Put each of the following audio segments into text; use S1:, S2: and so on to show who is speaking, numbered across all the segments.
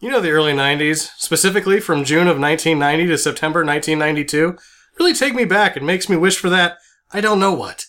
S1: you know, the early 90s, specifically from June of 1990 to September 1992, really take me back and makes me wish for that I don't know what.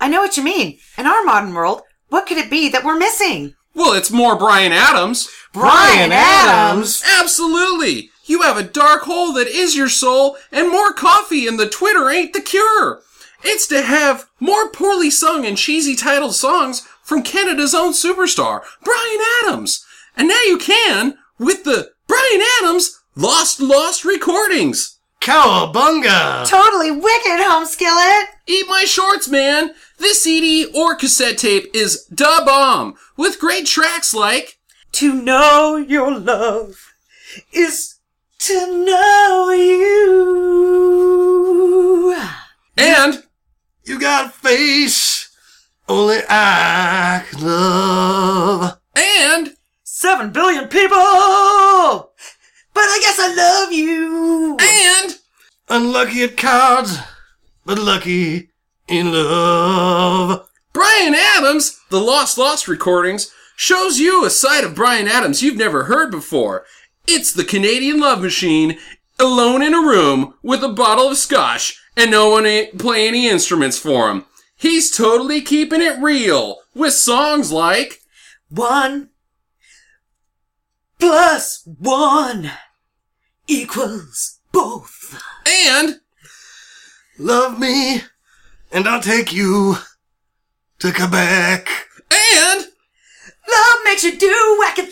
S2: I know what you mean. In our modern world, what could it be that we're missing?
S3: Well, it's more Brian Adams.
S2: Bryan Adams?
S3: Absolutely. You have a dark hole that is your soul, and more coffee and the Twitter ain't the cure. It's to have more poorly sung and cheesy titled songs from Canada's own superstar, Brian Adams. And now you can with the Brian Adams Lost Lost Recordings.
S1: Cowabunga!
S2: Totally wicked, home skillet.
S3: Eat my shorts, man! This CD or cassette tape is da bomb with great tracks like
S2: To know your love is to know you.
S3: and
S1: You got face only I can love.
S3: and
S2: Seven billion people. But I guess I love you.
S3: and
S1: Unlucky at cards, but lucky in love.
S3: Brian Adams, the Lost Lost recordings, shows you a side of Brian Adams you've never heard before. It's the Canadian Love Machine, alone in a room with a bottle of scotch and no one ain't play any instruments for him. He's totally keeping it real with songs like
S2: One plus one equals both.
S3: and
S1: Love me, and I'll take you to Quebec.
S3: and
S2: Love makes you do wacky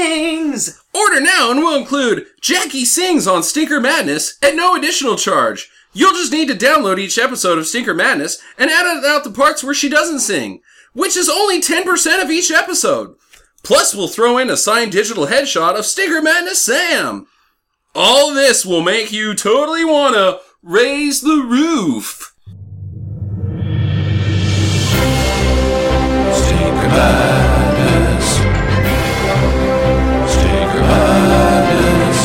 S2: things.
S3: Order now and will include Jackie Sings on Stinker Madness at no additional charge. You'll just need to download each episode of Stinker Madness and edit out the parts where she doesn't sing, which is only 10% of each episode. Plus, we'll throw in a signed digital headshot of Stinker Madness Sam. All this will make you totally wanna raise the roof.
S4: Stinker Madness. Stinker Madness.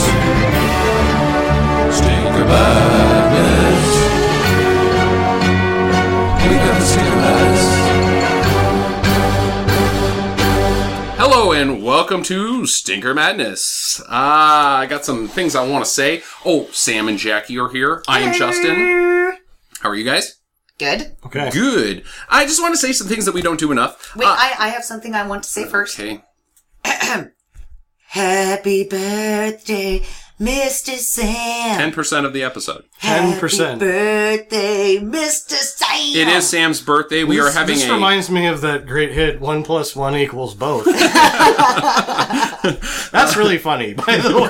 S4: Stinker Madness. We got the Stinker Madness.
S3: Hello and welcome to Stinker Madness. Ah, I got some things I want to say. Oh, Sam and Jackie are here. I am Justin. How are you guys?
S2: Good.
S1: Okay.
S3: Good. I just want to say some things that we don't do enough.
S2: Wait,
S3: Uh,
S2: I, I have something I want to say first.
S3: okay.
S2: Happy birthday, Mr. Sam.
S3: Ten percent of the episode.
S1: 10%.
S2: Happy birthday, Mr. Sam.
S3: It is Sam's birthday. We are having
S1: this
S3: a.
S1: reminds me of that great hit one plus one equals both that's really funny by the way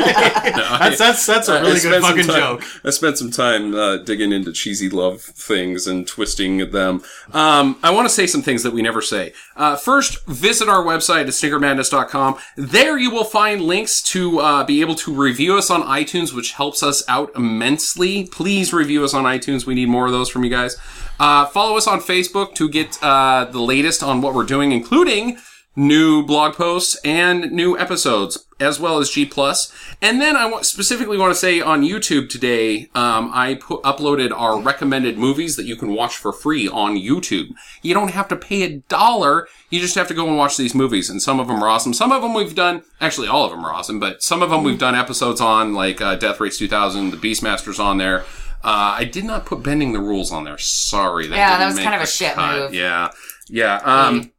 S1: that's that's that's a
S3: I
S1: really
S3: spent
S1: good
S3: some
S1: fucking
S3: time-
S1: joke
S3: I spent some time uh, digging into cheesy love things and twisting at them. Um, I want to say some things that we never say. Uh, first, visit our website at stinkermadness.com. There you will find links to uh, be able to review us on iTunes, which helps us out immensely. Please review us on iTunes. We need more of those from you guys. Uh, follow us on Facebook to get uh, the latest on what we're doing, including new blog posts and new episodes as well as g plus and then i want, specifically want to say on youtube today um, i pu- uploaded our recommended movies that you can watch for free on youtube you don't have to pay a dollar you just have to go and watch these movies and some of them are awesome some of them we've done actually all of them are awesome but some of them we've done episodes on like uh, death race 2000 the beastmasters on there uh, i did not put bending the rules on there sorry that
S2: Yeah, that
S3: didn't
S2: was
S3: make
S2: kind of
S3: the
S2: a shit
S3: cut.
S2: move. Mm.
S3: yeah yeah um,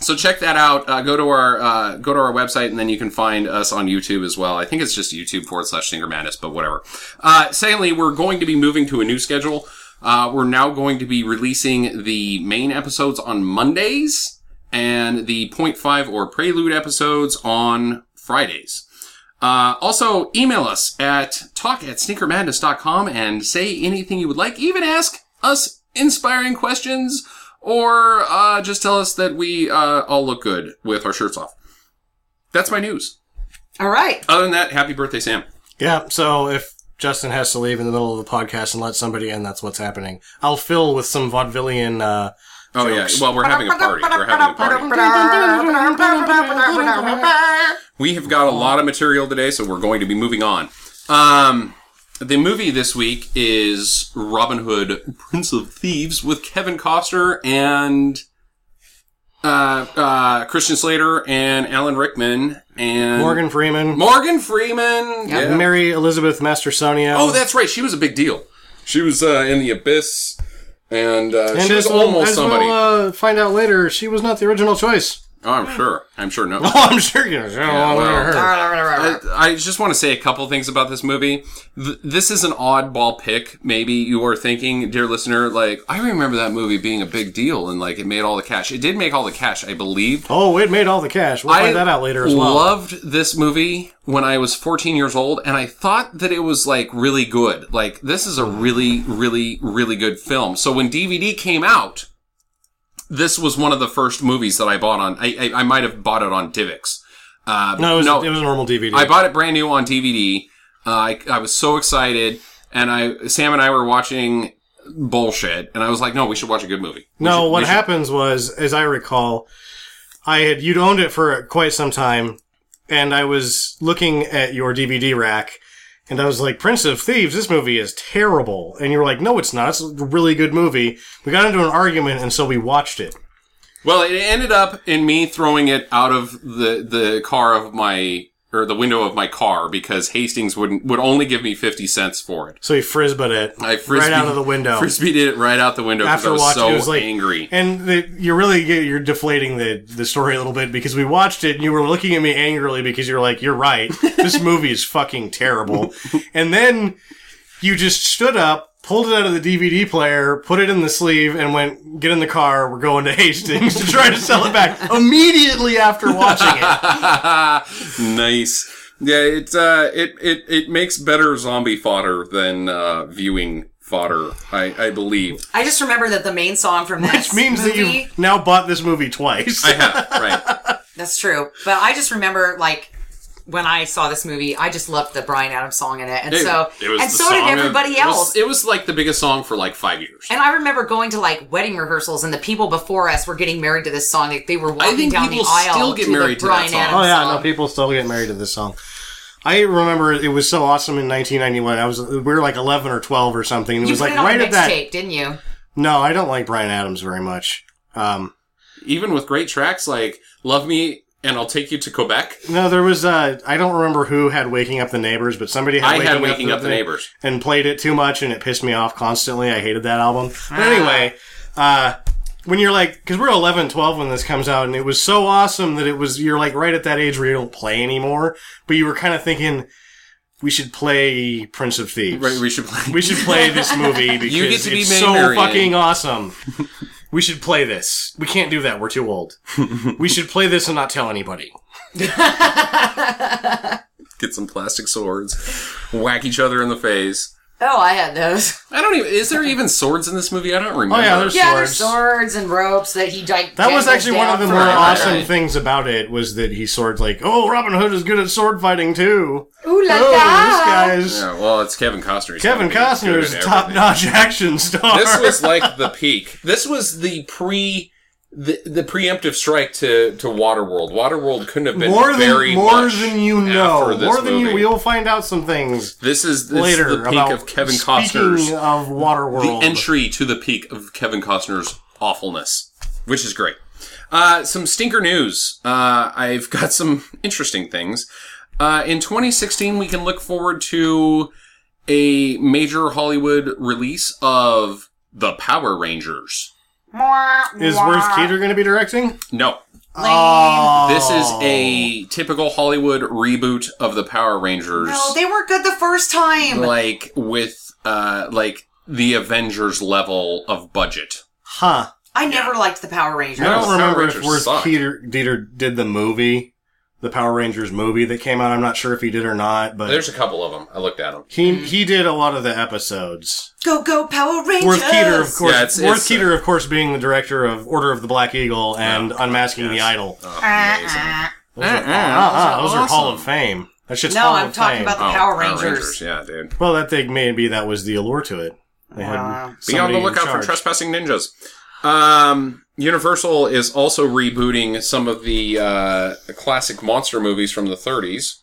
S3: so check that out. Uh, go to our uh, go to our website, and then you can find us on YouTube as well. I think it's just YouTube forward slash Singer Madness, but whatever. Uh, secondly, we're going to be moving to a new schedule. Uh, we're now going to be releasing the main episodes on Mondays and the point five or prelude episodes on Fridays. Uh, also, email us at talk at sneakermadness.com and say anything you would like. Even ask us inspiring questions or uh, just tell us that we uh, all look good with our shirts off. That's my news.
S2: All right.
S3: Other than that, happy birthday, Sam.
S1: yeah so if justin has to leave in the middle of the podcast and let somebody in that's what's happening i'll fill with some vaudevillian uh
S3: Oh,
S1: Jokes.
S3: yeah. Well, we're having a party. We're having a party. We have got a lot of material today, so we're going to be moving on. Um, the movie this week is Robin Hood, Prince of Thieves with Kevin Costner and uh, uh, Christian Slater and Alan Rickman. and
S1: Morgan Freeman,
S3: Morgan Freeman. Yeah.
S1: Mary Elizabeth Mastersonia.
S3: Oh, that's right. She was a big deal. She was uh, in the abyss, and, uh,
S1: and
S3: she was
S1: as we'll-
S3: almost
S1: as
S3: somebody.
S1: We'll, uh, find out later, she was not the original choice.
S3: oh, I'm sure. I'm sure. No.
S1: Oh, I'm sure you know. Yeah,
S3: well,
S1: her.
S3: I, I just want to say a couple things about this movie. Th- this is an oddball pick. Maybe you are thinking, dear listener, like I remember that movie being a big deal and like it made all the cash. It did make all the cash, I believe.
S1: Oh, it made all the cash. We'll find that out later as well.
S3: loved this movie when I was 14 years old, and I thought that it was like really good. Like this is a really, really, really good film. So when DVD came out, this was one of the first movies that I bought on. I I, I might have bought it on DivX. Uh,
S1: no, it was, it was a normal DVD.
S3: I bought it brand new on DVD. Uh, I, I was so excited, and I Sam and I were watching bullshit, and I was like, "No, we should watch a good movie." We
S1: no,
S3: should-
S1: what
S3: we should-
S1: happens was, as I recall, I had you'd owned it for quite some time, and I was looking at your DVD rack, and I was like, "Prince of Thieves, this movie is terrible," and you were like, "No, it's not. It's a really good movie." We got into an argument, and so we watched it.
S3: Well, it ended up in me throwing it out of the the car of my or the window of my car because Hastings wouldn't would only give me fifty cents for it.
S1: So he frisbeed it
S3: I frisbee,
S1: right out of the window.
S3: Frisbee did it right out the window because I
S1: after
S3: was
S1: watching
S3: so
S1: it was like
S3: angry.
S1: and the, you're really you're deflating the the story a little bit because we watched it and you were looking at me angrily because you're like you're right this movie is fucking terrible and then you just stood up pulled it out of the dvd player put it in the sleeve and went get in the car we're going to hastings to try to sell it back immediately after watching it
S3: nice. Yeah, it uh, it it it makes better zombie fodder than uh, viewing fodder. I I believe
S5: I just remember that the main song from that
S1: which means that
S5: movie,
S1: you've now bought this movie twice
S3: I have right.
S5: That's true. But I just remember like when I saw this movie, I just loved the Brian Adams song in it, and so and
S3: the
S5: so did
S3: song of-
S5: everybody
S3: it was-
S5: else.
S3: It was, like the biggest song for like five years.
S5: and I remember going to like wedding rehersals, and the people before us were getting married to this song. Like, they were walking
S3: think
S5: down the
S3: people
S5: aisle
S3: still get
S5: to
S3: married
S5: the
S3: to that
S5: Bryan
S3: song.
S5: Adams
S1: Oh yeah,
S5: song.
S1: no, people still get married to this song. I remember it was so awesome in 1991. I was we were like 11 or 12 or something. It
S5: you
S1: was
S5: put
S1: like
S5: it on
S1: right
S5: a
S1: at that.
S5: mixtape, didn't you?
S1: No, I don't like Brian Adams very much. Um,
S3: Even with great tracks like "Love Me" and "I'll Take You to Quebec,"
S1: no, there was uh, I don't remember who had waking up the neighbors, but somebody had
S3: I
S1: waking
S3: had "Waking Up the
S1: Neigh-
S3: Neighbors."
S1: and played it too much, and it pissed me off constantly. I hated that album. But
S3: Ah.
S1: anyway, uh, when you're like, because we're 11, 12 when this comes out, and it was so awesome that it was, you're like right at that age where you don't play anymore, but you were kind of thinking, we should play Prince of Thieves.
S3: Right, we should play.
S1: We should play this movie because
S3: You get to be
S1: it's
S3: May
S1: so
S3: Marian.
S1: fucking awesome. We should play this. We can't do that. We're too old. we should play this and not tell anybody.
S3: get some plastic swords, whack each other in the face.
S5: Oh, I had those.
S3: I don't even. Is there even swords in this movie? I don't remember.
S1: Oh yeah, there's
S5: Yeah,
S1: swords.
S5: there's swords and ropes that he like.
S1: That was
S5: dangles
S1: actually one of
S5: down
S1: the
S5: from
S1: more
S5: the-
S3: right,
S1: awesome
S3: right.
S1: things about it was that he swords like, oh, Robin Hood is good at sword fighting too.
S5: Ooh la
S1: oh,
S5: la.
S1: this guy's
S3: Yeah, well, it's Kevin Costner. He's
S1: Kevin
S3: gotta be good
S1: Costner is
S3: at
S1: top
S3: everything.
S1: notch action star.
S3: This was like the peak. This was the pre. The, the preemptive strike to, to Waterworld. Waterworld couldn't have been
S1: more
S3: very
S1: than more
S3: much
S1: than you
S3: after
S1: know.
S3: this
S1: More than you.
S3: movie.
S1: We'll find out some things
S3: This is this
S1: later
S3: is the peak
S1: about
S3: of Kevin Costner's
S1: speaking of Waterworld.
S3: the entry to the peak of Kevin Costner's awfulness, which is great. Uh, some stinker news. Uh, I've got some interesting things. Uh, in 2016, we can look forward to a major Hollywood release of the Power Rangers.
S1: is Worth Keeter going to be directing?
S3: No,
S1: Oh.
S3: this is a typical Hollywood reboot of the Power Rangers.
S5: No, they weren't good the first time.
S3: like with uh, like the Avengers level of budget.
S1: Huh.
S5: I never liked the Power
S1: I
S5: Rangers.
S3: No,
S1: don't
S3: the Power
S1: remember if
S3: Rangers
S1: Worth
S3: sucked.
S1: Keeter, Dieter did the movie, the Power Rangers movie that came out. I'm not sure if he did or not, but
S3: There's a couple of them. I looked at them.
S1: he he did a lot of the episodes.
S5: Go go Power Rangers.
S1: Worth Keeter, of course.
S3: Yeah, it's-
S1: Worth
S3: it's, uh,
S1: Keeter, of course, being the director of Order of the Black Eagle and Unmasking the Idol.
S3: Oh,
S5: Uh,
S1: uh,
S3: Uh,
S1: Ah, ah, those are Hall of Fame. That shit's
S5: No,
S1: Hall
S5: I'm
S1: of
S5: talking
S1: Fame.
S5: about the Power Rangers.
S3: Yeah, dude.
S1: Well, that thing maybe that was the allure to it. They had
S5: uh.
S3: Be on
S1: somebody
S3: the
S1: in
S3: lookout for
S1: charge.
S3: trespassing ninjas. Um, Universal is also rebooting some of the uh, classic monster movies from the 30s.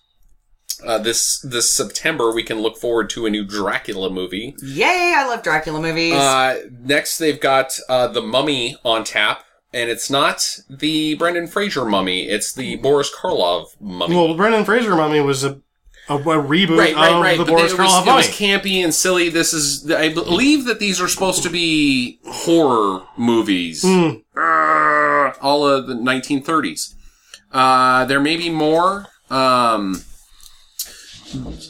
S3: Uh, this this September, we can look forward to a new Dracula movie.
S5: Yay! I love Dracula movies.
S3: Uh, next, they've got uh, the uh, Mummy on tap. and it's not the Brendan Fraser mummy. It's the Boris Karloff mummy.
S1: Well, Brendan Fraser Mummy was a a, a reboot
S3: right, right,
S1: of
S3: right.
S1: um, the
S3: But
S1: Boris
S3: it, was,
S1: Karloff
S3: it was
S1: Mummy.
S3: campy and silly. This is I believe that these are supposed to be horror movies.
S1: Hmm.
S3: Arrgh, all of the 1930s. Uh, there may be more. Um,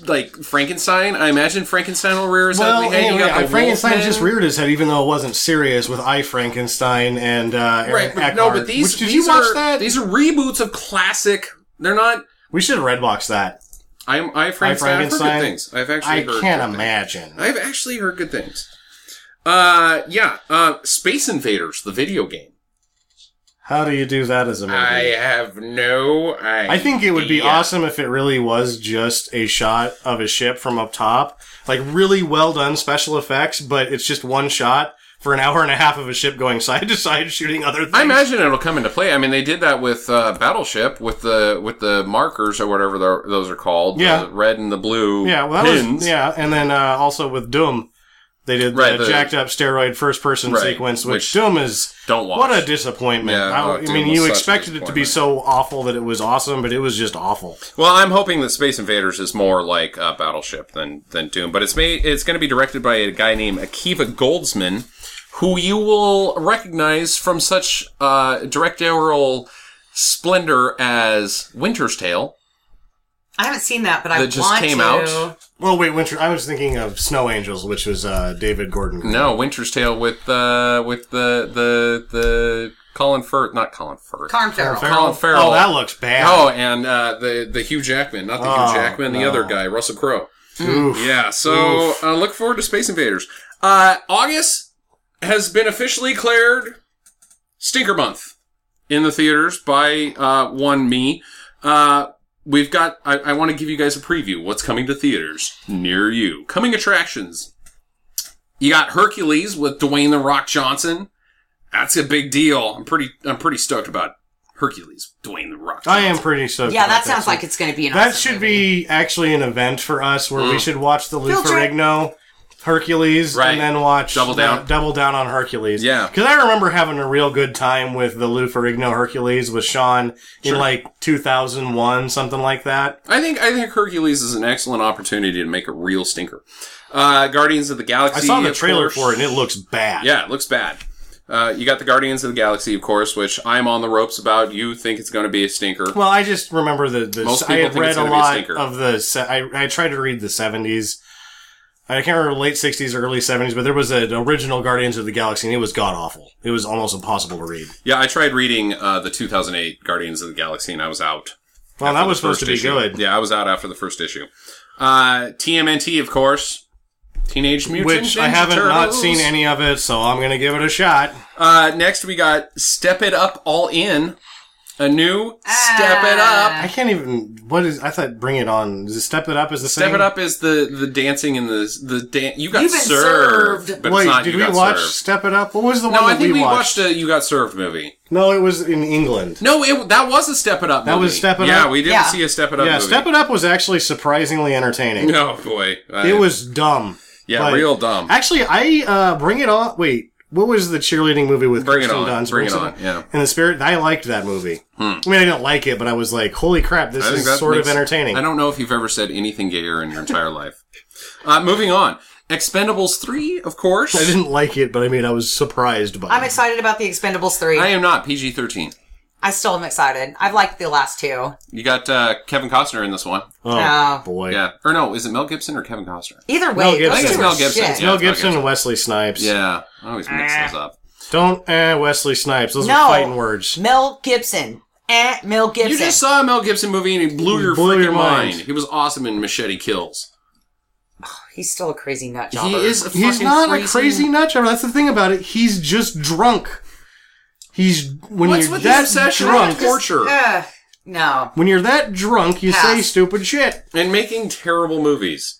S3: like Frankenstein, I imagine Frankenstein will rear his
S1: Well,
S3: ugly head. You
S1: anyway,
S3: got the
S1: Frankenstein
S3: Wolfman.
S1: just reared his head, even though it wasn't serious with I Frankenstein and uh, Aaron
S3: right. But,
S1: Eckhart.
S3: no, but these
S1: Which, did
S3: these
S1: you watch
S3: are
S1: that?
S3: these are reboots of classic. They're not.
S1: we should have red box that.
S3: I'm I Frankenstein. I've heard good
S1: Frankenstein.
S3: things. I've actually
S1: I
S3: heard good
S1: can't
S3: things.
S1: imagine.
S3: I've actually heard good things. Uh, yeah. Uh, Space Invaders, the video game.
S1: How do you do that as a movie?
S3: I have no. Idea.
S1: I think it would be awesome if it really was just a shot of a ship from up top. Like really well done special effects, but it's just one shot for an hour and a half of a ship going side to side shooting other things.
S3: I imagine it'll come into play. I mean, they did that with uh, Battleship with the with the markers or whatever the, those are called.
S1: Yeah.
S3: the red and the blue.
S1: yeah, well, that
S3: pins.
S1: was, yeah, and then uh, also with Doom, they did
S3: Right,
S1: the,
S3: the-
S1: jacked up steroid first person
S3: Right,
S1: sequence,
S3: which-
S1: which, Doom is
S3: Don't watch.
S1: what a disappointment.
S3: Yeah,
S1: I,
S3: oh,
S1: I
S3: Doom
S1: mean,
S3: was
S1: you
S3: such a
S1: expected it to be
S3: disappointment.
S1: so awful that it was awesome, but it was just awful.
S3: Well, I'm hoping that Space Invaders is more like uh, Battleship than than Doom, but it's made it's going to be directed by a guy named Akiva Goldsman, who you will recognize from such uh, directorial splendor as Winter's Tale.
S5: I haven't seen that, but I
S3: That just
S5: want
S3: came
S5: to.
S3: out?
S1: Well, wait, Winter. I was thinking of Snow Angels, which was uh, David Gordon. Green.
S3: No, Winter's Tale with uh, with the the the Colin Firth, not Colin Firth.
S5: Colin Farrell.
S3: Colin Farrell.
S1: Oh, that looks bad.
S3: Oh, and uh, the the Hugh Jackman, not the
S1: Oh,
S3: Hugh Jackman, the
S1: no.
S3: other guy, Russell Crowe.
S1: Oof.
S3: Yeah, so uh, look forward to Space Invaders. Uh, August has been officially declared Stinker Month in the theaters by uh, one me. Uh, we've got. I, I want to give you guys a preview. What's coming to theaters near you? Coming attractions. You got Hercules with Dwayne the Rock Johnson. That's a big deal. I'm pretty. I'm pretty stoked about Hercules, Dwayne the Rock.
S1: I
S3: Johnson.
S1: am pretty stoked.
S5: Yeah,
S1: about
S5: that
S1: this
S5: sounds
S1: one.
S5: like it's going to be an.
S1: that
S5: awesome
S1: should
S5: movie.
S1: be actually an event for us where we should watch the Lou
S5: Filter.
S1: Ferrigno Hercules
S3: Mm. Right.
S1: and then watch
S3: Double down.
S1: uh, double down on Hercules.
S3: Yeah.
S1: because I remember having a real good time with the Lou Ferrigno Hercules with Sean in like 2001, something like that.
S3: I think I think Hercules is an excellent opportunity to make a real stinker. Uh, Guardians of the Galaxy.
S1: I saw the
S3: of
S1: trailer
S3: course.
S1: for it and it looks bad.
S3: Yeah, it looks bad. Uh, you got the Guardians of the Galaxy, of course, which I'm on the ropes about. You think it's going to be a stinker?
S1: Well, I just remember the, the
S3: Most
S1: I
S3: people
S1: had
S3: think it's
S1: read a
S3: gonna be a
S1: lot
S3: stinker.
S1: of the se- I I tried to read the 70s. I can't remember late 60s or early 70s, but there was an original Guardians of the Galaxy and it was god awful. It was almost impossible to read.
S3: Yeah, I tried reading uh, the 2008 Guardians of the Galaxy, and I was out.
S1: Well,
S3: after
S1: that was
S3: the first
S1: supposed to be
S3: issue.
S1: good.
S3: Yeah, I was out after the first issue. Uh, TMNT, of course. Teenage Mutant
S1: Which I
S3: Ninja
S1: haven't not
S3: Turtles.
S1: seen any of it, so I'm gonna give it a shot.
S3: Uh, next, we got Step It Up All In, a new Step It Up
S1: I can't even. What is? I thought Bring It On. Is it Step It Up? Is the same?
S3: Step it up is the the dancing and the the dance. You got
S5: You've been
S3: served,
S5: served.
S3: but
S1: Wait,
S3: it's not.
S1: did
S3: you
S1: we
S3: got
S1: watch
S3: Served.
S1: Step It Up? What was the
S3: No,
S1: one
S3: I
S1: that
S3: think
S1: we
S3: we
S1: watched?
S3: watched a You Got Served movie.
S1: no, it was in England.
S3: No, it that was a Step It Up.
S1: That was
S3: movie.
S1: Step It
S3: yeah,
S1: Up?
S3: we didn't
S5: Yeah.
S3: see a Step It Up.
S1: yeah,
S3: movie.
S1: Step It Up was actually surprisingly entertaining.
S3: Oh boy, I-
S1: It was dumb.
S3: yeah,
S1: but-
S3: real dumb.
S1: Actually, I uh, Bring It On. Wait, what was the cheerleading movie with
S3: Bring it
S1: Kirsten
S3: on,
S1: Dunst?
S3: bring it
S1: What
S3: on.
S1: was
S3: Yeah, Hmm.
S1: In the spirit, I liked that movie. I mean, I didn't like it, but I was like, "Holy crap, this
S3: I think
S1: is
S3: that
S1: sort
S3: makes-
S1: of entertaining."
S3: I don't know if you've ever said anything gayer in your entire life. Uh, moving on, Expendables three, of course.
S1: I didn't like it, but I mean, I was surprised by.
S5: I'm
S1: it.
S5: excited about the Expendables three.
S3: I
S5: I,
S3: am not PG thirteen.
S5: still am excited. I've liked the last two.
S3: You got uh, Kevin Costner in this one.
S1: Oh
S5: No.
S1: boy!
S3: Yeah, or no? Is it Mel Gibson or Kevin Costner?
S5: Either
S1: Mel
S5: way,
S1: Gibson.
S5: those
S1: I think
S5: two
S1: it's
S5: were
S3: Mel Gibson.
S5: shit.
S3: Yeah.
S1: Mel
S3: it's not
S1: Gibson
S3: good.
S1: and Wesley Snipes.
S3: Yeah, I always mix those up.
S1: Don't eh, Wesley Snipes. Those
S5: No.
S1: are fighting words.
S5: Mel Gibson. Eh, Mel Gibson.
S3: You just saw a Mel Gibson movie and he blew your
S1: Blew
S3: freaking
S1: your
S3: mind.
S1: mind.
S3: He was awesome in Machete Kills.
S5: He's still a crazy nut jobber.
S3: He is a
S1: He's
S3: fucking
S1: not
S3: crazy.
S1: a crazy nut job. That's the thing about it. He's just drunk. He's when
S3: What's
S1: you're
S3: with the
S1: that
S3: obsession
S1: drunk.
S3: with torture
S5: Ugh. eh, no.
S1: when you're that drunk, you say
S5: Pass.
S1: stupid shit.
S3: and making terrible movies?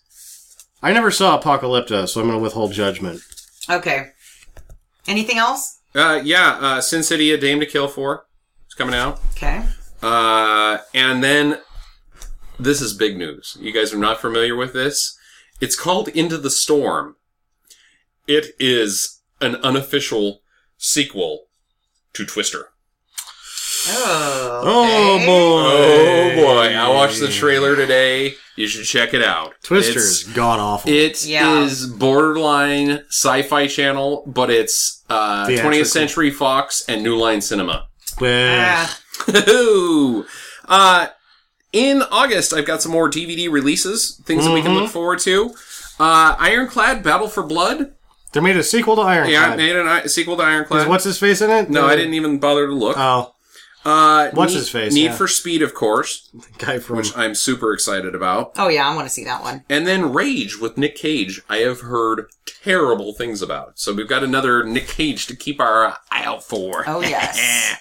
S1: I never saw Apocalypto, so I'm going to withhold judgment.
S5: Okay. Anything else?
S3: Uh, yeah, uh, Sin City: A Dame to Kill For. It's coming out.
S5: Okay.
S3: Uh, and then this is big news. You guys are not familiar with this. It's called Into the Storm. It is an unofficial sequel to Twister.
S5: Oh.
S1: Oh
S5: okay.
S1: boy!
S3: Oh boy, I watched the trailer today. You should check it out.
S1: Twister's gone awful.
S3: It's, it
S5: Yeah.
S3: is borderline sci-fi channel, but it's uh, 20th
S1: Theatrical.
S3: Century Fox and New Line Cinema.
S1: Bleh.
S5: Ah,
S3: Ooh. Uh, in August, I've got some more DVD releases, things that we can
S1: Mm-hmm.
S3: look forward to. Uh, Ironclad Battle for Blood.
S1: they made a sequel to
S3: Yeah, I
S1: Ironclad.
S3: made an, I- sequel to Ironclad.
S1: What's his face in it?
S3: no,
S1: Uh,
S3: I didn't even bother to look.
S1: Oh,
S3: Uh,
S1: What's
S3: Need-
S1: his face,
S3: Need
S1: yeah.
S3: for Speed, of course,
S1: the guy from
S3: which I'm super excited about.
S5: Oh yeah, I want to see that one.
S3: And then Rage with Nick Cage. I have heard terrible things about. So we've got another Nick Cage to keep our eye out for.
S5: Oh yes.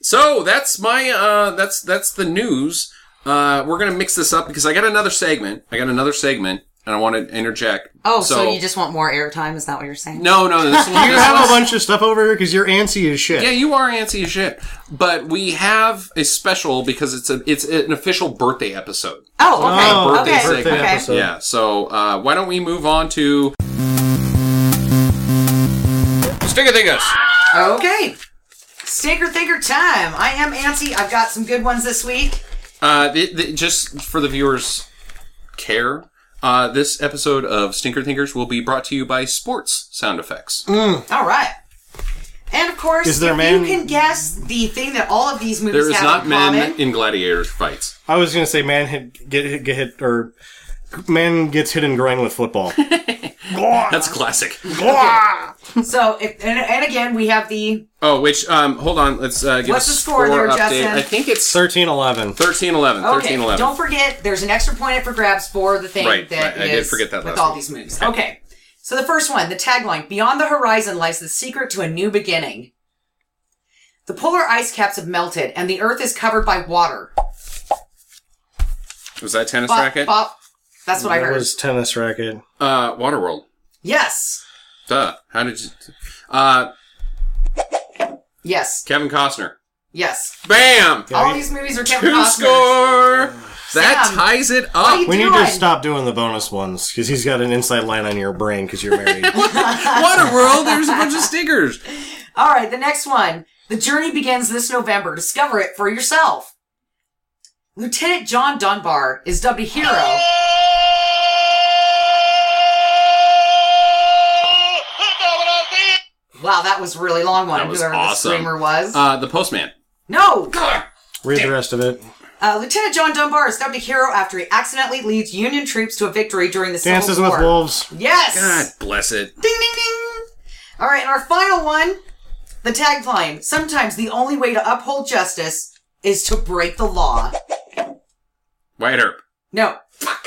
S3: So that's my uh, that's that's the news. Uh, we're gonna mix this up because I got another segment. I got another segment, and I want to interject.
S5: Oh, so, you just want more airtime? Is that what you're saying?
S3: no no this one.
S1: you
S3: this
S1: have a
S3: one's-
S1: bunch of stuff over here because you're antsy as shit.
S3: Yeah, you are antsy as shit, but we have a special because it's a it's an official birthday episode.
S5: Oh, okay.
S1: Oh,
S3: birthday
S5: okay.
S3: segment.
S5: okay.
S1: episode.
S3: Yeah, so uh, why don't we move on to Stick a Dingus?
S5: Okay. Stinker thinker time. I am antsy. I've got some good ones this week.
S3: Uh, th- th- just for the viewers' care, uh, this episode of Stinker Thinkers will be brought to you by Sports Sound Effects.
S5: All right. And of course,
S1: Is there
S5: if
S1: men-
S5: you can guess the thing that all of these movies
S3: there is
S5: have
S3: not
S5: in
S3: men
S5: common.
S3: in gladiator fights.
S1: I was gonna say man hit, get hit, get hit or man gets hit in groin with football.
S5: Uh-huh.
S3: That's classic.
S5: So, if, and, and again, we have the
S3: Oh, which um, hold on, let's uh, give
S5: What's
S3: a
S5: the score there,
S3: update.
S5: Justin?
S3: I think it's
S1: 1311.
S3: 13-11.
S5: okay.
S3: 13-11.
S5: Don't forget, there's an extra point up for grabs for the thing
S3: Right,
S5: that
S3: right. I did
S5: is
S3: forget that
S5: with
S3: last
S5: all
S3: week.
S5: these movies. Okay. So the first one, the tagline: "Beyond the horizon lies the secret to a new beginning." The polar ice caps have melted, and the Earth is covered by water.
S3: Was that tennis
S5: Bop,
S3: racket?
S5: bop. That's what I
S1: That
S5: heard.
S1: was tennis racket.
S3: Uh, Waterworld.
S5: Yes.
S3: Duh. How did you? Uh,
S5: Yes.
S3: Kevin Costner.
S5: Yes.
S3: Bam.
S5: All these movies are Kevin
S3: Two
S5: Costner.
S3: score. That
S5: Sam,
S3: ties it up.
S5: are you
S1: We need to
S5: doing?
S1: stop doing the bonus ones because he's got an inside line on your brain because you're married.
S3: Waterworld. There's a bunch of stickers.
S5: All right, the next one. The journey begins this November. Discover it for yourself. Lieutenant John Dunbar is dubbed a hero. Wow, that was a really long one.
S3: That was
S5: whoever
S3: awesome.
S5: the screamer was.
S3: Uh, the Postman.
S5: no!
S1: Read the rest of it.
S5: Uh, Lieutenant John Dunbar is dubbed a hero after he accidentally leads Union troops to a victory during the
S1: Dances
S5: Civil
S1: with
S5: War.
S1: Wolves.
S5: Yes!
S3: God bless it.
S5: Ding, ding, ding. All right, and our final one the tagline Sometimes the only way to uphold justice is to break the law.
S3: Wyatt Earp.
S5: No, fuck.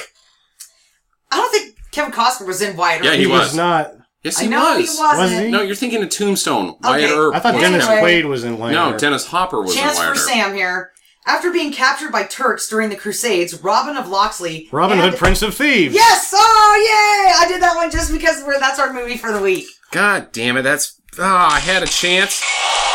S5: I don't think Kevin Costner was in Wyatt Earp.
S3: Yeah,
S1: He,
S3: He
S1: was.
S3: was.
S1: not.
S3: Yes,
S5: I
S3: he
S5: know
S3: was.
S5: he wasn't.
S1: Was he?
S3: No, you're thinking of Tombstone. Wyatt Earp.
S1: I thought
S3: was
S1: Dennis
S3: Tombstone.
S5: Anyway.
S1: Quaid was in line.
S3: No, Dennis Hopper was
S5: Chance
S3: in
S5: for
S3: Wyatt Earp.
S5: Sam here. After being captured by Turks during the Crusades, Robin of Locksley.
S1: Robin
S5: and-
S1: Hood, Prince of Thieves.
S5: Yes! Oh, yay! I did that one just because we're, that's our movie for the week.
S3: God damn it! That's ah, I had a chance.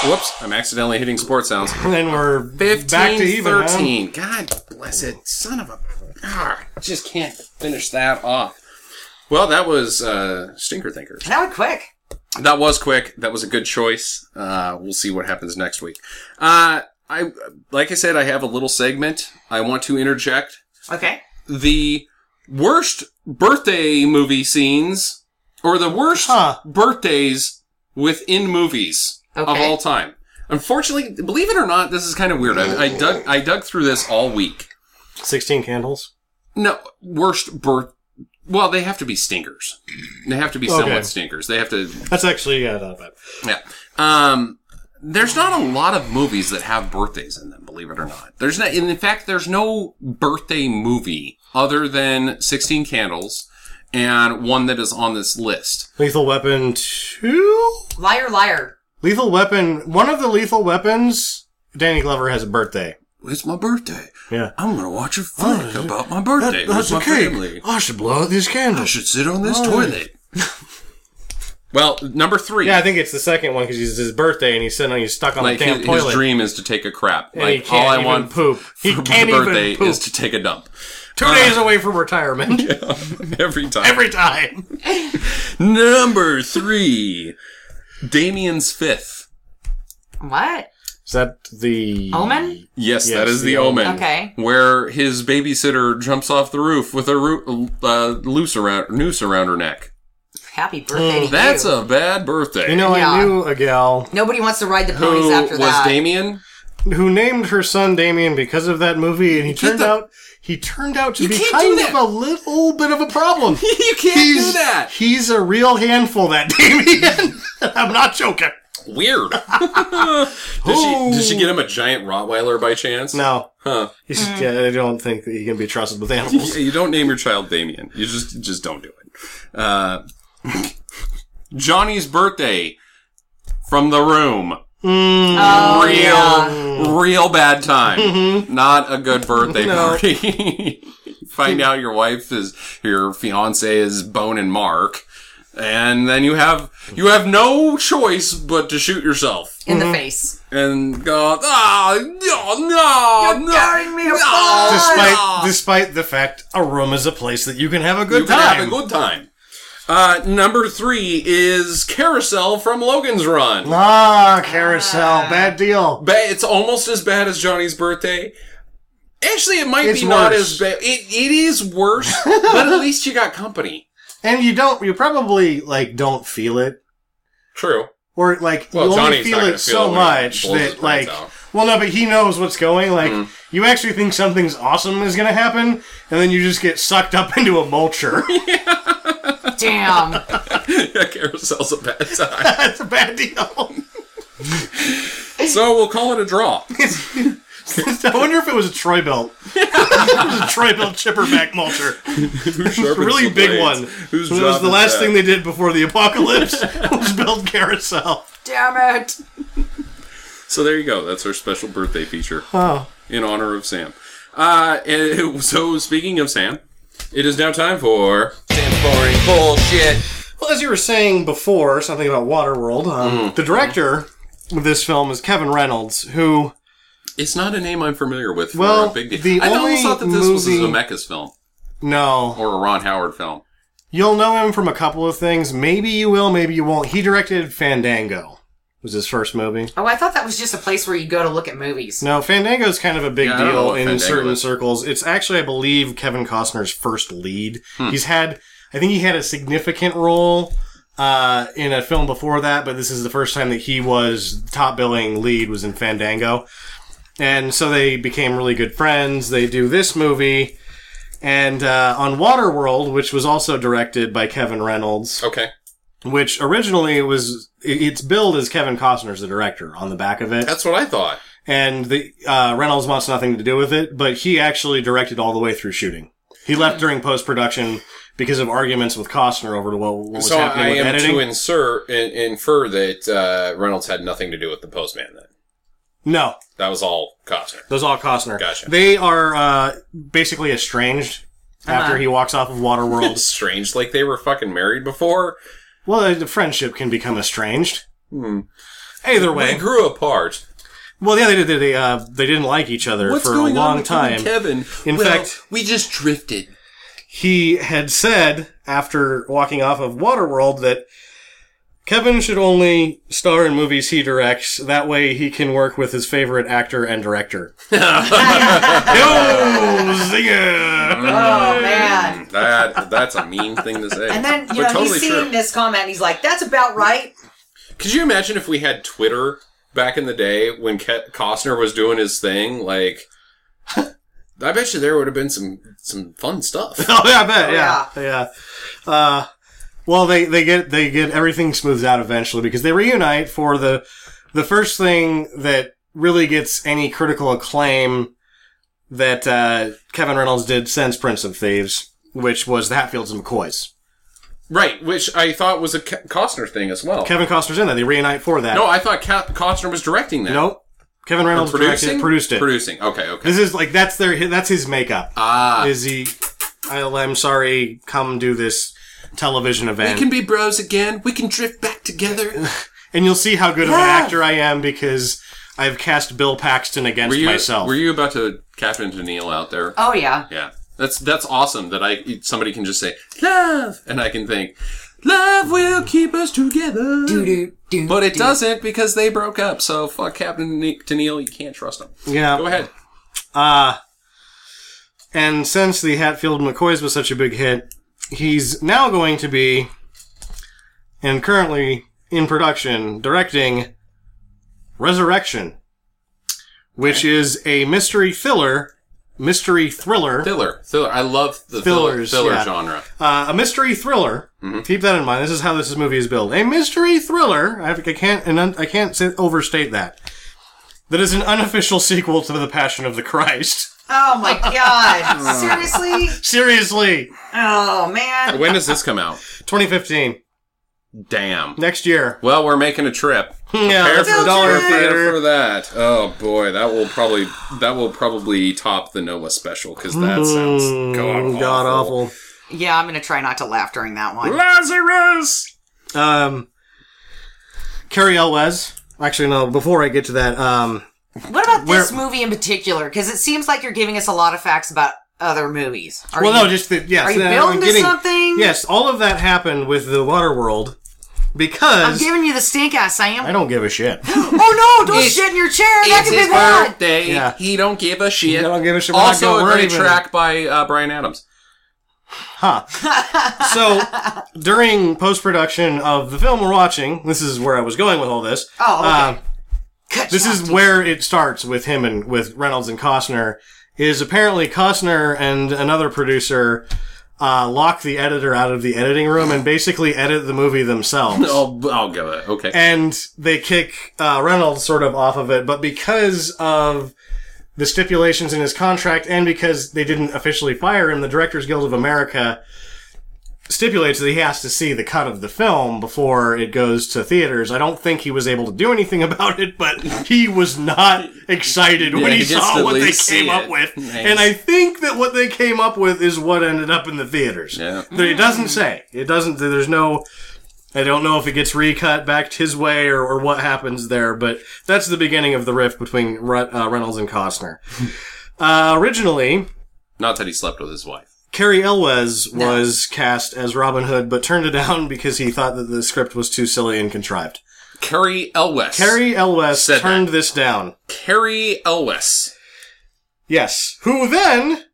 S3: Whoops! I'm accidentally hitting sports sounds.
S1: And then we're
S3: 15,
S1: back to even. huh?
S3: 13. God bless it, son of a. Ah, just can't finish that off. Well, that was uh, stinker thinkers.
S5: That was quick.
S3: That was quick. That was a good choice. Uh, we'll see what happens next week. Uh, I like I said, I have a little segment I want to interject.
S5: Okay.
S3: the worst birthday movie scenes or the worst
S1: Huh.
S3: birthdays within movies of
S5: Okay.
S3: all time. Unfortunately, believe it or not, this is kind of weird. I, I dug I dug through this all week.
S1: 16 candles.
S3: No, worst birth. Well, they have to be stinkers. They have to be
S1: Okay.
S3: somewhat stinkers. They have to.
S1: That's actually, yeah, not bad.
S3: Yeah. Um. There's not a lot of movies that have birthdays in them, believe it or not. There's not, and in fact, there's no birthday movie other than 16 Candles and one that is on this list.
S1: Lethal Weapon 2?
S5: Liar, liar.
S1: Lethal Weapon. One of the Lethal Weapons, Danny Glover has a birthday.
S3: It's my birthday.
S1: Yeah.
S3: I'm gonna watch a flick about my birthday with my family.
S1: I should blow out these
S3: I
S1: candles.
S3: should sit on this toilet. well, number three.
S1: Yeah, I think it's the second one because it's his birthday and he's sitting on, he's stuck on
S3: like
S1: the damn
S3: his,
S1: toilet.
S3: his dream is to take a crap.
S1: and he
S3: like
S1: can't
S3: all I
S1: even
S3: want
S1: poop. He
S3: for
S1: can't
S3: my
S1: even
S3: birthday
S1: poop.
S3: is to take a dump
S1: Two days away from retirement.
S3: every time.
S1: Every time.
S3: Number three, Damien's fifth.
S5: What?
S1: Is that the
S5: Omen?
S3: Yes,
S1: Yes,
S3: that is the,
S1: the
S3: omen.
S5: Okay.
S3: Where his babysitter jumps off the roof with a roo- uh, loose around noose around her neck.
S5: Happy birthday to
S3: Mm. That's
S5: you.
S3: a bad birthday.
S1: You know,
S5: Yeah.
S1: I knew a gal
S5: Nobody wants to ride the ponies
S3: Who
S5: after
S3: was
S5: that.
S3: Damien?
S1: who named her son Damien because of that movie, and he turned
S3: the-
S1: out he turned out to
S3: You
S1: be
S3: can't
S1: kind
S3: do
S1: of
S3: that.
S1: a little bit of a problem.
S3: you can't do that.
S1: He's a real handful, that Damien. I'm not joking.
S3: Weird. did she did she get him a giant Rottweiler by chance?
S1: No,
S3: Huh.
S1: he's,
S5: Hmm.
S1: yeah, I don't think that he can be trusted with
S3: Yeah,
S1: animals.
S3: you don't name your child Damien. You just just don't do it. Uh, Johnny's birthday from the room.
S1: Hmm.
S5: Oh,
S3: real,
S5: yeah.
S3: real bad time.
S5: Mm-hmm.
S3: Not a good birthday party. Find out your wife is your fiance is Bone and Mark, and then you have you have no choice but to shoot yourself
S5: In
S1: Mm-hmm.
S5: the face.
S3: and go. Ah, no, no,
S5: You're
S3: no,
S5: tearing me
S3: no,
S5: apart."
S3: no."
S1: Despite despite the fact a room is a place that you can have a good
S3: you
S1: time.
S3: can have a good time. Uh, number three is Carousel from Logan's Run.
S1: ah, carousel, bad deal.
S3: ba- it's almost as bad as Johnny's birthday. Actually, it might
S1: It's
S3: be not
S1: worse.
S3: as bad. It, it is worse, but at least you got company.
S1: And you don't, you probably like don't feel it.
S3: True.
S1: or like
S3: Well,
S1: you
S3: Johnny's
S1: only feel
S3: not
S1: it
S3: gonna feel it
S1: so
S3: when he
S1: much
S3: blows his
S1: that
S3: brains
S1: like
S3: out. Mm-hmm.
S1: well no but he knows what's going like you actually think something's awesome is going to happen and then you just get sucked up into a mulcher
S5: Damn.
S3: yeah, carousel's a bad time.
S1: that's a bad deal
S3: so we'll call it a draw.
S1: i wonder if it was a troy belt it was a troy belt chipperback mulcher really big one
S3: Who's
S1: it was the last thing they did before the apocalypse was build carousel
S5: Damn it.
S3: So there you go. That's our special birthday feature in honor of Sam. Uh, and- so speaking of Sam, it is now time for
S1: Well, as you were saying before, something about Waterworld.
S3: Mm-hmm.
S1: Um, The director of this film is Kevin Reynolds, who
S3: It's not a name I'm familiar with. For
S1: Well,
S3: a big deal.
S1: the
S3: I almost
S1: only
S3: thought that this was a
S1: movie-
S3: Zemeckis film
S1: no,
S3: or a Ron Howard film.
S1: you'll know him from a couple of things. Maybe you will, maybe you won't. He directed Fandango. Was his first movie?
S5: Oh, I thought that was just a place where you go to look at movies.
S1: No, Fandango is kind of a big
S3: Yeah, I don't know
S1: deal
S3: what
S1: in
S3: Fandango
S1: certain
S3: is.
S1: circles. It's actually, I believe, Kevin Costner's first lead.
S3: Hmm.
S1: He's had, I think, he had a significant role uh, in a film before that, but this is the first time that he was top billing lead was in Fandango, and so they became really good friends. They do this movie, and uh, on Waterworld, which was also directed by Kevin Reynolds
S3: Okay.
S1: which originally was it- it's billed as Kevin Costner's the director on the back of it,
S3: That's what I thought.
S1: and the uh, Reynolds wants nothing to do with it, but he actually directed all the way through shooting. He left during post production because of arguments with Costner over what, what was
S3: So
S1: happening
S3: I
S1: with
S3: am
S1: editing.
S3: to insert, in, infer that uh, Reynolds had nothing to do with the postman. Then
S1: no,
S3: that was all Costner.
S1: those all Costner.
S3: Gotcha.
S1: They are uh, basically estranged. After he walks off of Waterworld,
S3: It's strange, like they were fucking married before.
S1: well, the friendship can become estranged. Either
S3: They
S1: way,
S3: grew apart.
S1: well, yeah, they did. They uh, they didn't like each other for a long time.
S3: Kevin?
S1: In Well, fact-
S3: we just drifted.
S1: he had said after walking off of Waterworld that Kevin should only star in movies he directs. That way he can work with his favorite actor and director. Yo, zinger.
S5: Oh, man.
S3: Mm, That that's a mean thing to say.
S5: And then, you
S3: But
S5: know, he's seen this comment and he's like, that's about right.
S3: Could you imagine if we had Twitter back in the day when Ke- Costner was doing his thing? Like, I bet you there would have been some some fun stuff.
S1: Oh yeah, I bet. Yeah, yeah. Uh, well, they, they get they get everything smoothed out eventually because they reunite for the the first thing that really gets any critical acclaim that uh, Kevin Reynolds did since Prince of Thieves, which was the Hatfields and McCoys.
S3: right, which I thought was a Ke- Costner thing as well.
S1: Kevin Costner's in that. They reunite for that.
S3: no, I thought Ca- Costner was directing that.
S1: nope. Kevin
S3: Or
S1: Reynolds directed
S3: producing?
S1: it, produced it.
S3: Producing. Okay, okay.
S1: This is like that's their that's his makeup.
S3: Ah,
S1: is he? I, I'm sorry. Come do this television event.
S3: be bros again. We can drift back together.
S1: And you'll see how good of an
S5: Yeah.
S1: actor I am because I've cast Bill Paxton against
S3: Were you
S1: myself.
S3: were you about to Captain Janelle out there?
S5: Oh, yeah.
S3: Yeah, that's that's awesome that I somebody can just say love and I can think Love will keep us together.
S5: Doo-doo, doo,
S3: But it
S5: doo.
S3: doesn't because they broke up. So fuck Captain Nick Tennille. You can't trust him.
S1: Yeah.
S3: Go ahead.
S1: Uh, and since the Hatfield McCoys was such a big hit, he's now going to be, and currently in production, directing Resurrection, which is a mystery filler, mystery thriller,
S3: Filler. Filler. I love the filler,
S1: Fillers,
S3: filler
S1: yeah.
S3: genre.
S1: uh, a mystery thriller.
S3: Mm-hmm.
S1: Keep that in mind. This is how this movie is built. A mystery thriller. I, I can't and un- I can't say, overstate that. That is an unofficial sequel to The Passion of the Christ.
S5: Oh my god. Seriously?
S1: Seriously,
S5: Oh man.
S3: When does this come out?
S1: 2015.
S3: Damn.
S1: Next year.
S3: Well, we're making a trip.
S1: Yeah,
S3: Prepare
S1: that's
S3: for
S1: the Dollar
S3: Prepare
S1: Theater.
S3: for that. Oh boy, that will probably that will probably top the Noah special because that sounds god,
S1: Mm-hmm. Mm, God
S3: awful.
S1: awful.
S5: Yeah, I'm gonna try not to laugh during that one.
S3: Lazarus.
S1: Um, Carrie Elwes. Actually, no. Before I get to that, um,
S5: What about this
S1: Where-
S5: movie in particular? Because it seems like you're giving us a lot of facts about other movies. Are
S1: well,
S5: you-
S1: no, just the, yes.
S5: are you
S1: no, I'm
S5: building to
S1: getting-
S5: something?
S1: Yes, all of that happened with the Water World because
S5: I'm giving you the stink eye,
S1: I
S5: Sam.
S1: don't give a shit.
S5: Oh no! Don't
S3: It's-
S5: shit in your chair. That
S3: It's
S5: could be
S3: his
S5: one.
S3: birthday.
S1: Yeah.
S3: He don't give a shit.
S1: He don't give a shit. We're not
S3: Also,
S1: gonna
S3: a
S1: worry
S3: great
S1: about it.
S3: track by uh, Brian Adams.
S1: so during post production of the film we're watching, this is where I was going with all this.
S5: Oh,
S1: Uh,
S5: okay. Cut
S1: this
S5: shot.
S1: is where it starts with him and with Reynolds and Costner. Is apparently Costner and another producer uh, lock the editor out of the editing room and basically edit the movie themselves.
S3: I'll, Oh, I'll give it. Okay.
S1: And they kick uh, Reynolds sort of off of it, but because of the stipulations in his contract and because they didn't officially fire him, the Directors Guild of America stipulates that he has to see the cut of the film before it goes to theaters. I don't think he was able to do anything about it, but he was not excited when
S3: Yeah,
S1: he,
S3: he gets
S1: saw
S3: to
S1: what they
S3: least
S1: came
S3: see
S1: up
S3: it.
S1: with.
S3: Nice.
S1: And I think that what they came up with is what ended up in the theaters.
S3: Yeah.
S1: But it doesn't say. It doesn't there's no I don't know if it gets recut back his way or, or what happens there, but that's the beginning of the rift between Re- uh, Reynolds and Costner. uh, originally,
S3: Not that he slept with his wife.
S1: Carrie Elwes was cast as Robin Hood, but turned it down because he thought that the script was too silly and contrived.
S3: Carrie Elwes.
S1: Carrie Elwes
S3: Said that.
S1: turned this down.
S3: Carrie Elwes.
S1: Yes. Who then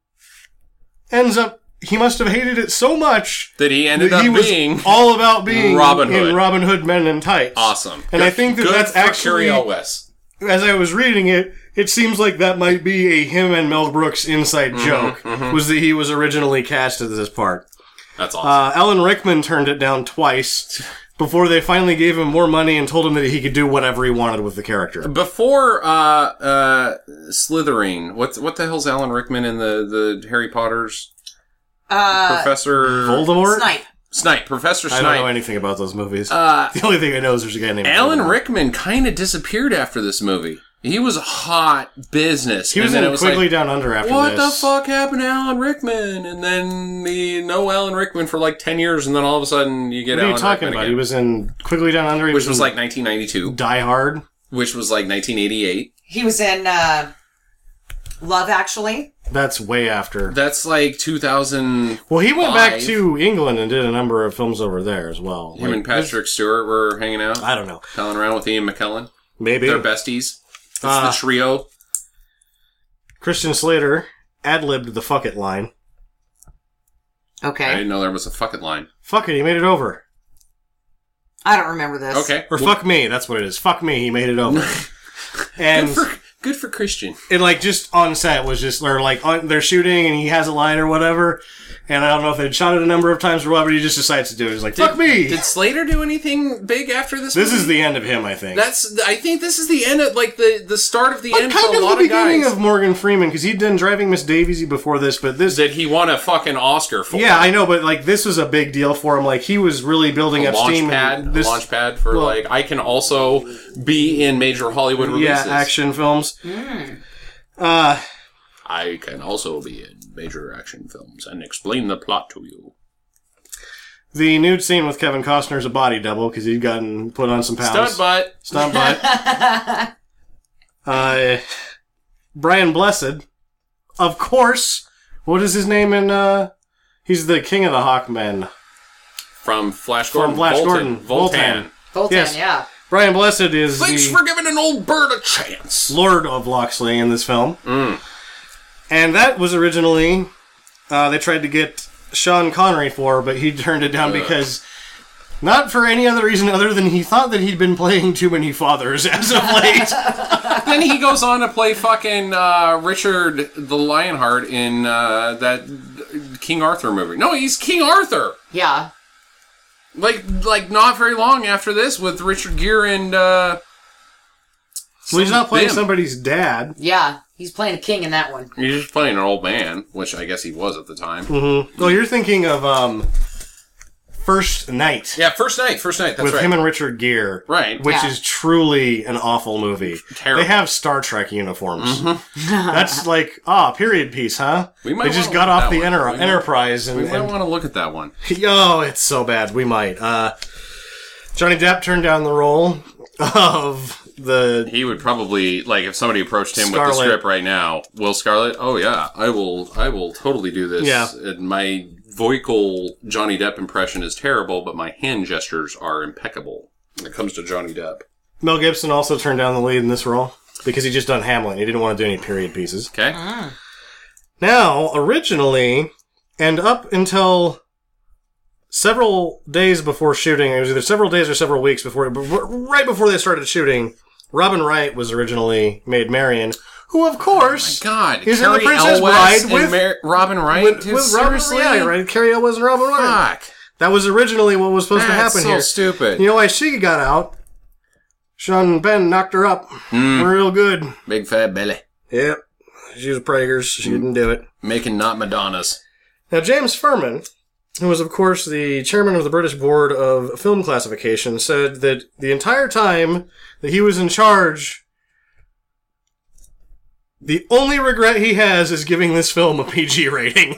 S1: ends up. He must have hated it so much
S3: That he ended
S1: that
S3: up
S1: he was
S3: being
S1: all about being
S3: Robin Hood.
S1: in Robin Hood Men in Tights.
S3: awesome.
S1: And I think that that's
S3: for
S1: actually-
S3: Carrie Elwes.
S1: as I was reading it, it seems like that might be a him and Mel Brooks inside
S3: Mm-hmm,
S1: joke. Was that he was originally cast as this part?
S3: That's awesome.
S1: Uh, Alan Rickman turned it down twice before they finally gave him more money and told him that he could do whatever he wanted with the character.
S3: Before uh, uh, Slithering, what what the hell's Alan Rickman in the, the Harry Potter's
S5: uh,
S3: Professor
S1: Voldemort.
S5: snipe.
S3: Snipe, Professor
S1: I
S3: Snipe.
S1: don't know anything about those movies.
S3: Uh,
S1: the only thing I know is there's a guy named
S3: Alan
S1: Voldemort.
S3: Rickman kind of disappeared after this movie. He was hot business.
S1: He was
S3: and then
S1: in
S3: it was
S1: Quigley
S3: like,
S1: Down Under after
S3: What
S1: this.
S3: the fuck happened to Alan Rickman? And then the no Alan Rickman for like ten years, and then all of a sudden you get
S1: What are you
S3: Alan
S1: talking
S3: Rickman
S1: about?
S3: again.
S1: He was in Quigley Down Under. He
S3: which was
S1: in
S3: like 1992,
S1: Die Hard.
S3: which was like 1988.
S5: He was in uh, Love Actually.
S1: That's way after.
S3: That's like 2000.
S1: Well, he went back
S3: Five.
S1: to England and did a number of films over there as well.
S3: Him
S1: Like,
S3: and Patrick Stewart were hanging out,
S1: I don't know.
S3: palling around with Ian McKellen.
S1: Maybe
S3: They're besties. It's
S1: Ah.
S3: the trio.
S1: Christian Slater ad libbed the fuck it line.
S3: I
S5: Okay.
S3: didn't know there was a fucking line.
S1: Fuck it, he made it over.
S5: I don't remember this.
S3: Okay.
S1: Or fuck me, that's what it is. Fuck me, he made it over.
S3: Good
S1: and
S3: for, good for Christian.
S1: it like just on set was just or like on, they're shooting and he has a line or whatever. And I don't know if they'd shot it a number of times or whatever. He just decides to do it. He's like, fuck me.
S3: Did Slater do anything big after this?
S1: this
S3: movie?
S1: is the end of him, I think.
S3: That's. I think this is the end of like the the start of the
S1: But
S3: end
S1: kind
S3: for a
S1: of
S3: lot
S1: the
S3: of
S1: beginning
S3: guys.
S1: of Morgan Freeman because he'd done Driving Miss Daisy before this, but this
S3: that he won a fucking Oscar for.
S1: Yeah, I know, but like this was a big deal for him. Like he was really building
S3: A
S1: up
S3: launch
S1: steam.
S3: pad,
S1: and this,
S3: a launch pad for
S1: well-
S3: like I can also be in major Hollywood
S1: yeah,
S3: releases.
S1: action films. Uh,
S3: I can also be in major action films and explain the plot to you.
S1: the nude scene with Kevin Costner is a body double because he'd gotten put on some pounds.
S3: Stunt butt.
S1: Stunt butt. uh, Brian Blessed, of course. What is his name in? uh He's the king of the Hawkmen.
S3: From Flash Gordon.
S1: Flash
S3: Voltan.
S1: Gordon. Voltan.
S3: Voltan.
S5: Voltan,
S1: Yes.
S5: yeah.
S1: Brian Blessed is
S3: Thanks
S1: the
S3: for giving an old bird a chance.
S1: Lord of Loxley in this film.
S3: Mm.
S1: And that was originally uh, they tried to get Sean Connery for, but he turned it down because not for any other reason other than he thought that he'd been playing too many fathers as of late.
S3: then he goes on to play fucking uh, Richard the Lionheart in uh, that King Arthur movie. No, he's King Arthur.
S5: Yeah.
S3: Like, like not very long after this with Richard Gere and uh,
S1: well, he's not playing
S3: Bim.
S1: somebody's dad.
S5: Yeah. He's playing a king in that one.
S3: he's just playing an old man, which I guess he was at the time.
S1: Mm-hmm. Well, you're thinking of um, First Night
S3: Yeah, first night, first night. That's
S1: with
S3: right.
S1: him and Richard Gere,
S3: Right.
S1: Which
S5: Yeah.
S1: is truly an awful movie.
S3: Terrible. Mm-hmm.
S1: They have Star Trek uniforms. That's like ah, period piece, huh?
S3: We might
S1: they just
S3: wanna
S1: got
S3: look at
S1: off
S3: that
S1: the
S3: one.
S1: Enter-
S3: We might-
S1: Enterprise and,
S3: we might
S1: and
S3: want to look at that one.
S1: oh, it's so bad. We might. Uh, Johnny Depp turned down the role of the
S3: He would probably like if somebody approached him with the
S1: Scarlet.
S3: script right now. Will Scarlet? Oh yeah, I will. I will totally do this.
S1: Yeah.
S3: And my vocal Johnny Depp impression is terrible, but my hand gestures are impeccable when it comes to Johnny Depp.
S1: Mel Gibson also turned down the lead in this role because he just done Hamlet. He didn't want to do any period pieces.
S3: Okay.
S1: Now, originally, and up until several days before shooting, it was either several days or several weeks before, before- right before they started shooting, Robin Wright was originally made Marion, who, of course,
S3: Oh God,
S1: He's in
S3: Carrie
S1: The Princess
S3: Elwes
S1: Bride
S3: and
S1: with-
S3: Mar- Robin Wright.
S1: with,
S3: Dude,
S1: with Robin
S3: seriously?
S1: yeah, right? Carrie Elwes and Robin Wright.
S3: Fuck.
S1: That was originally what was supposed
S3: That's
S1: to happen
S3: so
S1: here.
S3: stupid.
S1: You know why she got out? Sean Ben knocked her up real good.
S3: Big fat belly
S1: Hmm. Yep. She was preggers. She didn't do it.
S3: making not Madonnas.
S1: Now, James Furman, who was, of course, the chairman of the British Board of Film Classification, said that the entire time that he was in charge, the only regret he has is giving this film a PG rating.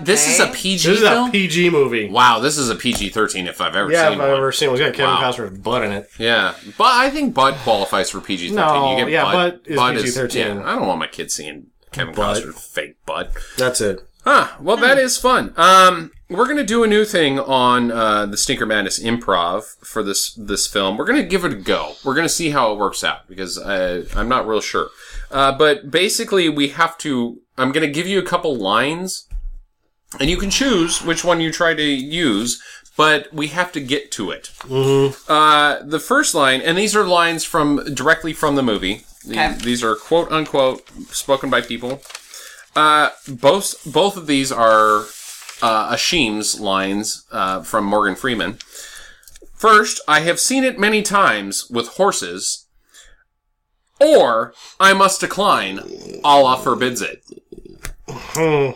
S3: This is a
S5: Okay.
S3: PG
S1: this is a
S3: film?
S1: PG movie.
S3: wow, this is a PG thirteen if I've ever
S1: Yeah,
S3: seen
S1: if I've
S3: one.
S1: ever seen one. It's got Kevin
S3: Wow.
S1: Costner's butt in it.
S3: Yeah, but I think Bud qualifies for PG thirteen.
S1: No,
S3: you get
S1: yeah,
S3: Bud,
S1: Bud is PG-13.
S3: yeah, I don't want my kids seeing Kevin
S1: Bud.
S3: Costner's fake Bud.
S1: That's it.
S3: Huh. Well, that is fun. Um, we're gonna do a new thing on uh, the Stinker Madness Improv for this this film. We're gonna give it a go. We're gonna see how it works out because I, I'm not real sure. Uh, but basically, we have to. I'm gonna give you a couple lines, and you can choose which one you try to use. But we have to get to it. Uh, the first line, and these are lines from directly from the movie. The-
S5: Okay.
S3: These are quote unquote spoken by people. Uh, both both of these are uh, Ashim's lines uh, from Morgan Freeman. First, I have seen it many times with horses, or I must decline. Allah forbids it.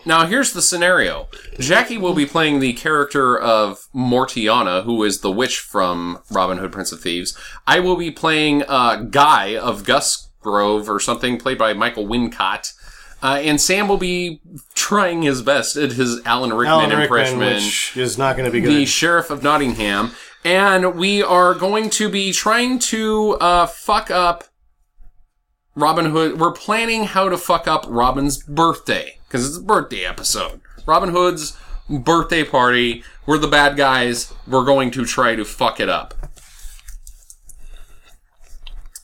S3: Now, here's the scenario Jackie will be playing the character of Mortiana, who is the witch from Robin Hood, Prince of Thieves. I will be playing uh, Guy of Gus Grove or something, played by Michael Wincott. Uh, and Sam will be trying his best at his Alan Rickman
S1: Alan Rickman,
S3: impression
S1: which is not going to be
S3: the
S1: good.
S3: sheriff of Nottingham, and we are going to be trying to uh, fuck up Robin Hood. We're planning how to fuck up Robin's birthday because it's a birthday episode. Robin Hood's birthday party. We're the bad guys. We're going to try to fuck it up.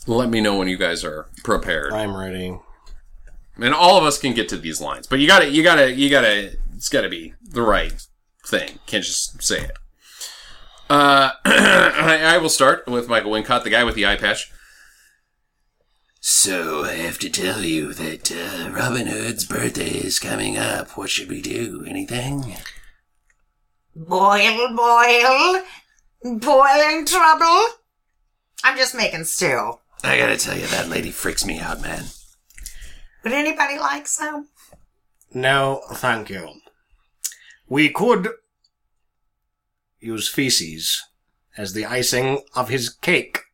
S3: Let me know when you guys are prepared
S1: I'm ready.
S3: and all of us can get to these lines but you gotta you gotta you gotta it's gotta be the right thing can't just say it uh I, I will start with michael wincott the guy with the eye patch
S2: So I have to tell you that uh, Robin Hood's birthday is coming up. What should we do? Anything?
S5: Boil, boil. Boiling trouble. I'm just making stew.
S2: I gotta tell you, that lady freaks me out, man.
S5: Would anybody like some?
S1: No, thank you. We could use feces as the icing of his cake.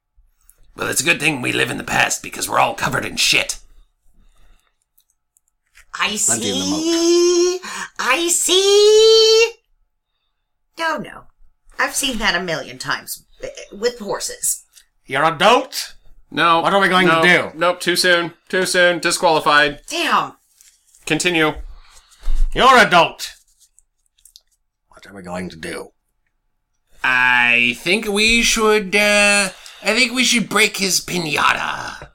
S2: Well, it's a good thing we live in the past because we're all covered in shit.
S5: I
S1: Plenty in the
S5: see. I see. No, no. I've seen that a million times eh, with horses.
S1: You're a dolt.
S3: no
S1: What are we going to
S3: no,
S1: do?
S3: nope too soon too soon disqualified
S5: Damn.
S3: continue
S1: You're a dolt. What what are we going to do?
S3: I think we should. Uh, I think we should break his pinata.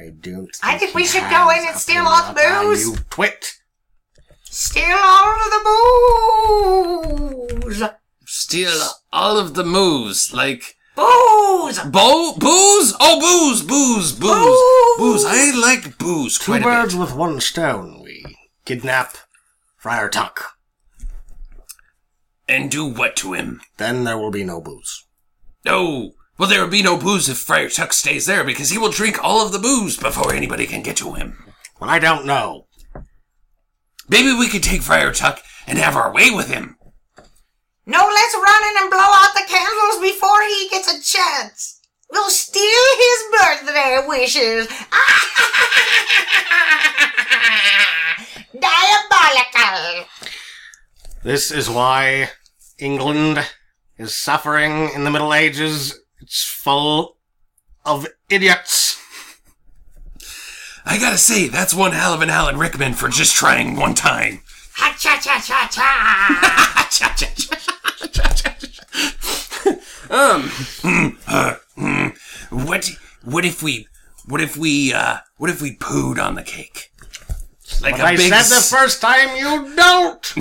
S1: I don't.
S5: I think we
S1: he
S5: should go
S1: has
S5: in and
S1: a
S5: steal all the
S1: pinata,
S5: booze.
S1: You twit.
S5: Steal all of the booze.
S3: Steal all of the moves, like
S5: Booze.
S3: bo booze. Oh, booze, booze, booze, booze. I like booze
S1: Two
S3: quite a
S1: birds
S3: bit.
S1: with one stone. We kidnap Friar Tuck.
S3: And do what to him?
S1: Then there will be no booze.
S3: No. Well, there will be no booze if Friar Tuck stays there because he will drink all of the booze before anybody can get to him.
S1: Well, I don't know.
S3: Maybe we could take Friar Tuck and have our way with him.
S5: No, let's run in and blow out the candles before he gets a chance. We'll steal his birthday wishes. Diabolical.
S1: This is why England is suffering in the Middle Ages. It's full of idiots.
S3: I gotta say, that's one hell of an Alan Rickman for just trying one time.
S5: Ha cha cha cha cha.
S3: Um, hmm, uh, What? What if we? What if we? uh What if we pooed on the cake? Like a
S1: I
S3: big
S1: said the
S3: s-
S1: first time you don't.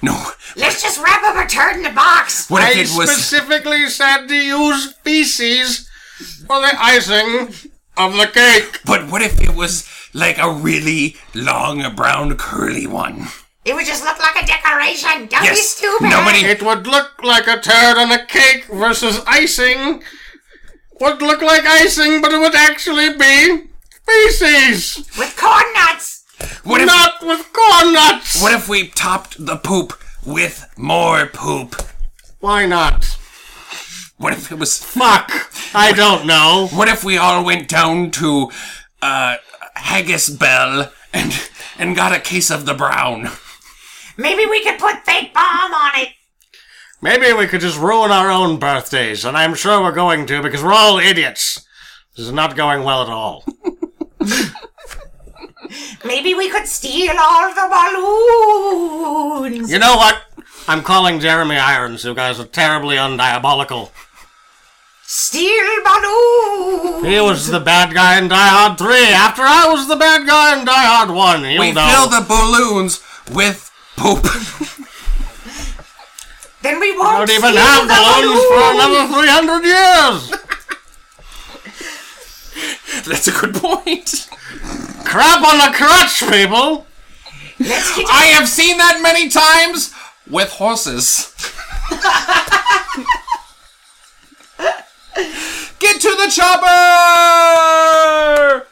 S3: No.
S5: Let's just wrap up a turd in a box.
S3: What
S1: I
S3: if it was?
S1: specifically said to use feces for the icing of the cake.
S3: but what if it was like a really long, brown, curly one?
S5: It would just look like a decoration. Don't be
S3: Yes.
S5: stupid.
S3: Nobody-
S1: It would look like a turd on a cake versus icing would look like icing, but it would actually be feces,
S5: With corn nuts.
S3: What if?
S1: not with corn nuts.
S3: What if we topped the poop with more poop?
S1: Why not?
S3: What if it was?
S1: Fuck. I don't know.
S3: What if we all went down to uh, Haggis Bell and and got a case of the brown?
S5: Maybe we could put fake bomb on it.
S1: Maybe we could just ruin our own birthdays, and I'm sure we're going to because we're all idiots. This is not going well at all.
S5: Maybe we could steal all the balloons.
S1: You know what? I'm calling Jeremy Irons. You guys are terribly undiabolical.
S5: Steal balloons.
S1: He was the bad guy in Die Hard 3 after I was the bad guy in Die Hard 1. You
S3: We
S1: know.
S3: fill the balloons with poop.
S5: Then we
S1: I
S5: won't
S1: don't even
S5: steal
S1: have
S5: the
S1: balloons for
S5: balloons.
S1: another 300 years!
S3: That's a good point.
S1: Crap on the crutch, people!
S5: Let's get
S3: I have seen that many times with horses. Get to the chopper!